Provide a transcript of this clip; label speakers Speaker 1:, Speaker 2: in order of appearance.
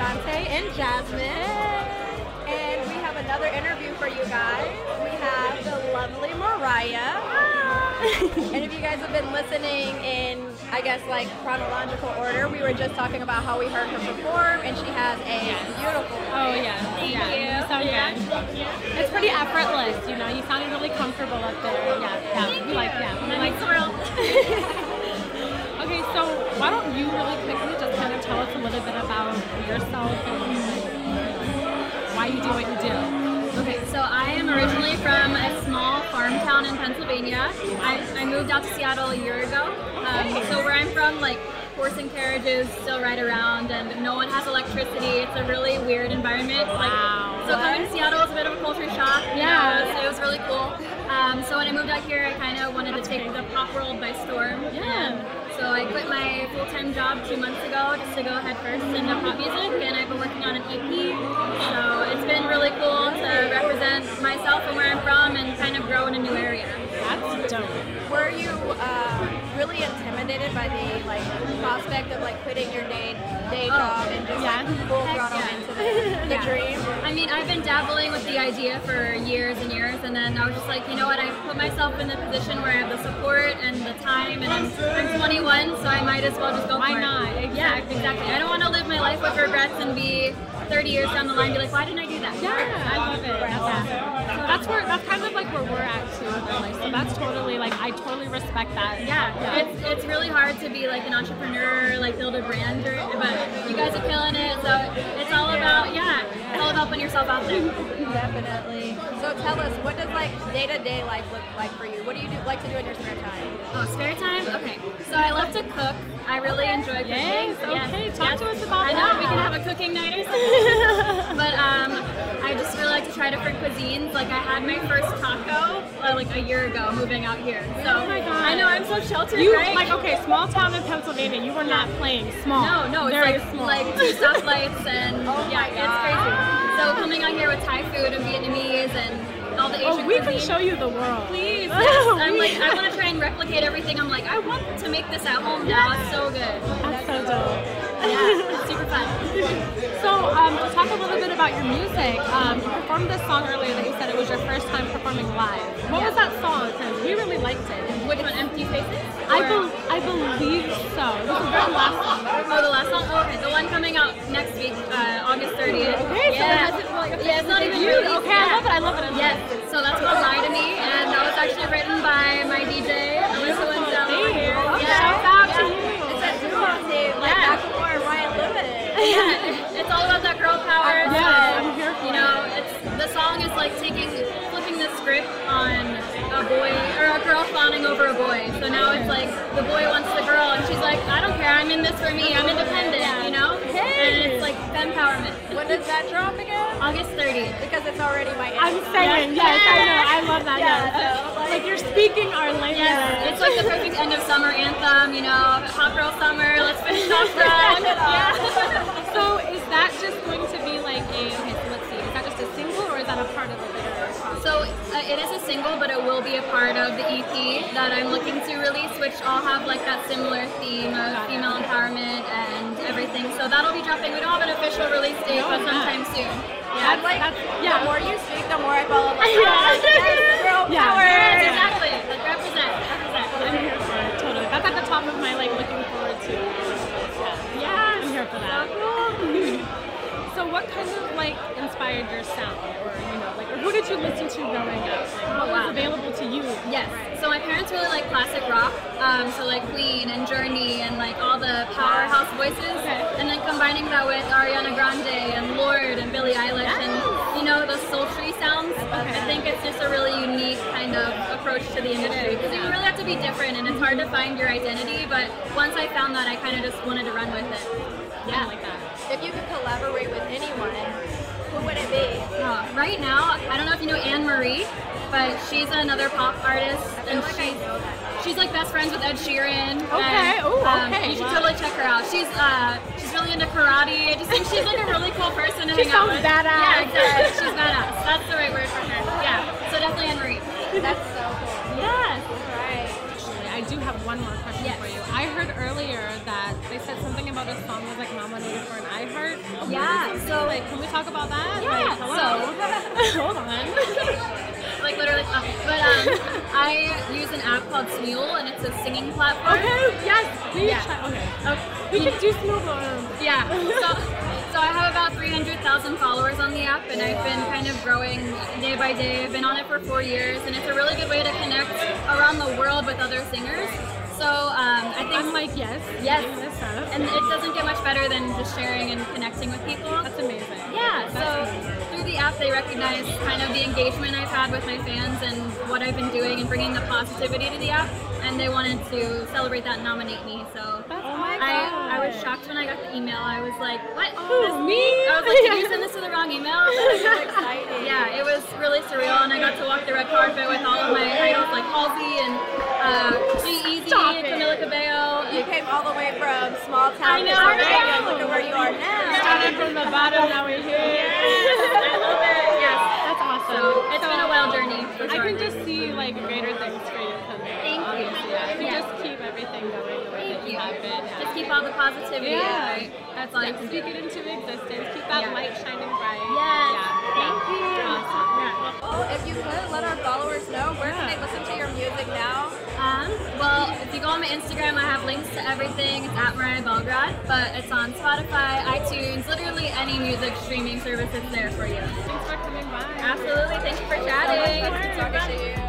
Speaker 1: and Jasmine. And we have another interview for you guys. We have the lovely Mariah. and if you guys have been listening in, I guess, like chronological order, we were just talking about how we heard her perform, and she has a beautiful
Speaker 2: Oh yeah, yeah. You sound good. It's pretty effortless, you know. You sounded really comfortable up there. Yeah, yeah. we like yeah. we like okay, so why don't you really quickly just kind of tell us a little bit about yourself and why you do what you do?
Speaker 3: Okay, so I am originally from a small farm town in Pennsylvania. I, I moved out to Seattle a year ago. Um, so where I'm from, like horse and carriages still ride around, and no one has electricity. It's a really weird environment. Like,
Speaker 2: Wow.
Speaker 3: So coming to Seattle is a bit of a culture shock. you
Speaker 2: Yeah.
Speaker 3: know, so it was really cool. Um, so when I moved out here, I kind of wanted to take the pop world by storm.
Speaker 2: Yeah.
Speaker 3: And so I quit my full-time job two months ago just to go head first into pop music, and I've been working on an EP. So it's been really cool to represent myself and where I'm from, and kind of grow in a new area.
Speaker 2: That's dope.
Speaker 1: Were you uh, really intimidated by the like prospect of like quitting your day day job and just
Speaker 2: Oh, yeah.
Speaker 1: like full
Speaker 3: Heck
Speaker 1: throttle
Speaker 3: yeah.
Speaker 1: into the, the
Speaker 2: Yeah.
Speaker 1: dream?
Speaker 3: I mean, I've been dabbling with the idea for years and years, and then I was just like, you know what? I put myself in the position where I have the support and the time, and I'm, I'm 21, so I might as well just go.
Speaker 2: Why
Speaker 3: for it.
Speaker 2: not?
Speaker 3: Yeah, exactly. I don't want to live my life with regrets and be 30 years down the line, and be like, why didn't I do that?
Speaker 2: Yeah, I love it. That's awesome. So that's where that's kind of like where we're at too. in our life. So that's totally like I totally respect that.
Speaker 3: Yeah, it's it's really hard to be like an entrepreneur, like build a brand, or, but you guys are killing it. So it's all about yeah, it's all about putting yourself out there.
Speaker 1: Definitely. So tell us, what does like day to day life look like for you? What do you do like to do in your spare time?
Speaker 3: Oh, spare time? Okay. So I love to cook. I really enjoy cooking.
Speaker 2: Yes, okay. Talk to us about
Speaker 3: I know,
Speaker 2: that.
Speaker 3: we can have a cooking night or something. but um, I just really like to try different cuisines. Like I had my first taco uh, like a year ago moving out here. So
Speaker 2: Oh my God.
Speaker 3: I know, I'm so sheltered,
Speaker 2: You
Speaker 3: right?
Speaker 2: like okay, small town in Pennsylvania. You were not playing small.
Speaker 3: No, no, it's
Speaker 2: very
Speaker 3: like
Speaker 2: small.
Speaker 3: like two stoplights and
Speaker 1: Oh
Speaker 3: yeah,
Speaker 1: my
Speaker 3: it's crazy. So coming out here with Thai food and Vietnamese and all the Asian
Speaker 2: oh, we can
Speaker 3: cuisine.
Speaker 2: show you the world.
Speaker 3: Please, yes.
Speaker 2: Oh,
Speaker 3: I'm
Speaker 2: we-
Speaker 3: like, I want to try and replicate everything. I'm like, I want to make this at home now. It's so good.
Speaker 2: that's so dope.
Speaker 3: Yeah, it's super fun.
Speaker 2: So um, to talk a little bit about your music. Um, you performed this song earlier that you said it was your first time performing live. What was that song? Because we really liked it.
Speaker 3: Which one, Empty Faces?
Speaker 2: I, bel
Speaker 3: Or-
Speaker 2: I believe so. It was the very last song.
Speaker 3: Oh, the last song? Oh, okay, the one coming out next week, uh, August 30th.
Speaker 2: Okay, so
Speaker 3: yeah.
Speaker 2: it hasn't really
Speaker 3: yeah, it's not even
Speaker 2: You-
Speaker 3: released.
Speaker 2: okay, I love it, I love it, I love
Speaker 3: yes, so that's called Lie to Me, and that was actually written by my DJ, Alyssa Lindell over here.
Speaker 2: Okay,
Speaker 3: Yeah.
Speaker 2: Shout out to
Speaker 1: It's a
Speaker 2: you.
Speaker 1: duo team, like
Speaker 3: Yeah.
Speaker 1: Michael Moore and Ryan Lewis.
Speaker 3: Yeah, it's all about that girl power.
Speaker 2: Yeah,
Speaker 3: so,
Speaker 2: I'm here for
Speaker 3: You know, it's the song is like taking flipping the script on a boy or a girl fawning over a boy. So now it's like the boy wants the girl, and she's like, I don't care. I'm in this for me. I'm independent. You know, and it's like empowerment.
Speaker 1: When does that drop again?
Speaker 3: August 30th.
Speaker 1: Because it's already my
Speaker 2: I'm
Speaker 1: end.
Speaker 2: saying, yes, I know, I love that,
Speaker 1: Yeah,
Speaker 2: yes.
Speaker 1: so, like-
Speaker 2: Like, you're speaking our language.
Speaker 3: Yes, it's like the perfect end of summer anthem. You know, hot girl summer. Let's finish off
Speaker 2: Finish
Speaker 3: strong.
Speaker 2: it
Speaker 3: Yeah.
Speaker 2: So is that just going to be like a, okay, so let's see, is that just a single or is that a part of a later song?
Speaker 3: So uh, it is a single, but it will be a part of the EP that I'm looking to release, which all have like that similar theme of female empowerment and everything. So that'll be dropping. We don't have an official release date,
Speaker 2: No,
Speaker 3: but
Speaker 2: it's not.
Speaker 3: sometime soon.
Speaker 1: I'm like,
Speaker 2: that's- yeah.
Speaker 1: the more you speak, the more I fall in love.
Speaker 2: Yeah.
Speaker 1: Oh, yes, girl
Speaker 2: Yeah.
Speaker 1: power.
Speaker 3: Yes, exactly. Like, represent, represent.
Speaker 2: I'm here for it, totally. That's at the top of my, like, looking forward to. Yeah, I'm here for that. So what kind of, like, inspired your sound? Or, you know, like, or who did you listen to growing up? Like, what was
Speaker 3: Wow.
Speaker 2: available to you?
Speaker 3: Yes. So my parents really like classic rock. Um, so like Queen and Journey and like all the powerhouse voices. And then combining that with Ariana Grande and Lord and Billie Eilish and you know those sultry sounds. I think it's just a really unique kind of approach to the industry because you really have to be different and it's hard to find your identity. But once I found that, I kind of just wanted to run with it.
Speaker 2: Yeah, like that.
Speaker 1: If you could collaborate with anyone, who would it be?
Speaker 3: Uh, right now, I don't know if you know Anne Marie, but she's another pop artist, and
Speaker 1: like I
Speaker 3: she's
Speaker 1: know
Speaker 3: she's like best friends with Ed Sheeran.
Speaker 2: Okay,
Speaker 3: and,
Speaker 2: ooh,
Speaker 3: um,
Speaker 2: okay,
Speaker 3: You should
Speaker 2: wow.
Speaker 3: totally check her out. She's uh, she's really into karate. I just think she's like a really cool person to
Speaker 2: She
Speaker 3: hang out
Speaker 2: sounds
Speaker 3: with.
Speaker 2: badass.
Speaker 3: Yeah, exactly. She's badass. That's the right word for her. Yeah. So definitely Anne Marie.
Speaker 1: That's so cool.
Speaker 3: Yes.
Speaker 1: All right.
Speaker 2: Actually, I do do have one more question
Speaker 3: Yes.
Speaker 2: for you. I heard earlier that they said something about a song was like Mama Needed for an iHeart. award or
Speaker 3: Yeah,
Speaker 2: something.
Speaker 3: so-
Speaker 2: like, can we talk about that?
Speaker 3: Yeah,
Speaker 2: Like, hello. Hold on.
Speaker 3: like literally. uh, But um, I use an app called Smule, and it's a singing platform.
Speaker 2: okay. Yes. We
Speaker 3: Yeah.
Speaker 2: try- okay.
Speaker 3: Oh,
Speaker 2: We can do smooth arms.
Speaker 3: Yeah. So, so I have about 300,000 followers on the app, and I've been kind of growing day by day. I've been on it for four years, and it's a really good way to connect around the world with other singers. So um, I think
Speaker 2: I'm like yes.
Speaker 3: Yes.
Speaker 2: doing This up.
Speaker 3: and it doesn't get much better than just sharing and connecting with people.
Speaker 2: That's amazing.
Speaker 3: Yeah,
Speaker 2: That's
Speaker 3: so through the app, they recognize kind of the engagement I've had with my fans and what I've been doing and bringing the positivity to the app, and they wanted to celebrate that and nominate me. So
Speaker 2: That's Oh my
Speaker 3: I, I was
Speaker 2: gosh.
Speaker 3: shocked when I got the email. I was like, what?
Speaker 2: Oh,
Speaker 3: This-
Speaker 2: me?
Speaker 3: I was like, did you send this to the wrong email?
Speaker 1: Exciting.
Speaker 3: yeah, it was really surreal, and I got to walk the red carpet with all of my idols like Halsey and uh, G-Eazy,
Speaker 2: Stop it.
Speaker 3: Camila Cabello.
Speaker 1: You came all the way from small
Speaker 3: I
Speaker 1: town to
Speaker 3: know.
Speaker 1: Las Vegas. Look at where you are now.
Speaker 2: Started from the bottom, now we're here.
Speaker 3: I love it. Yes.
Speaker 2: That's awesome.
Speaker 3: So it's been a wild journey. For
Speaker 2: I
Speaker 3: sure.
Speaker 2: can just see like greater things for you coming.
Speaker 3: Thank you.
Speaker 2: honestly. Yeah. So
Speaker 3: Yeah.
Speaker 2: just keep everything going the way that
Speaker 3: Thank
Speaker 2: you
Speaker 3: you.
Speaker 2: have it.
Speaker 3: Just keep all the positivity.
Speaker 2: yeah.
Speaker 3: Right?
Speaker 2: That's
Speaker 3: all you
Speaker 2: like
Speaker 3: can do.
Speaker 2: speak it into existence. Keep that
Speaker 3: Yeah.
Speaker 2: light shining bright.
Speaker 3: Yes.
Speaker 2: Yeah.
Speaker 3: Thank
Speaker 2: yeah.
Speaker 3: you.
Speaker 2: Awesome. Yeah.
Speaker 1: Oh, if you could let our followers know where can they listen to your music now?
Speaker 3: Um, well, if you go on my Instagram, I have links to everything. It's at Mariah Belgrad, but it's on Spotify, iTunes, literally any music streaming service is there for you.
Speaker 2: Thanks for coming by.
Speaker 3: Absolutely. Thank you for
Speaker 1: So much
Speaker 3: chatting.
Speaker 1: fun talking to you.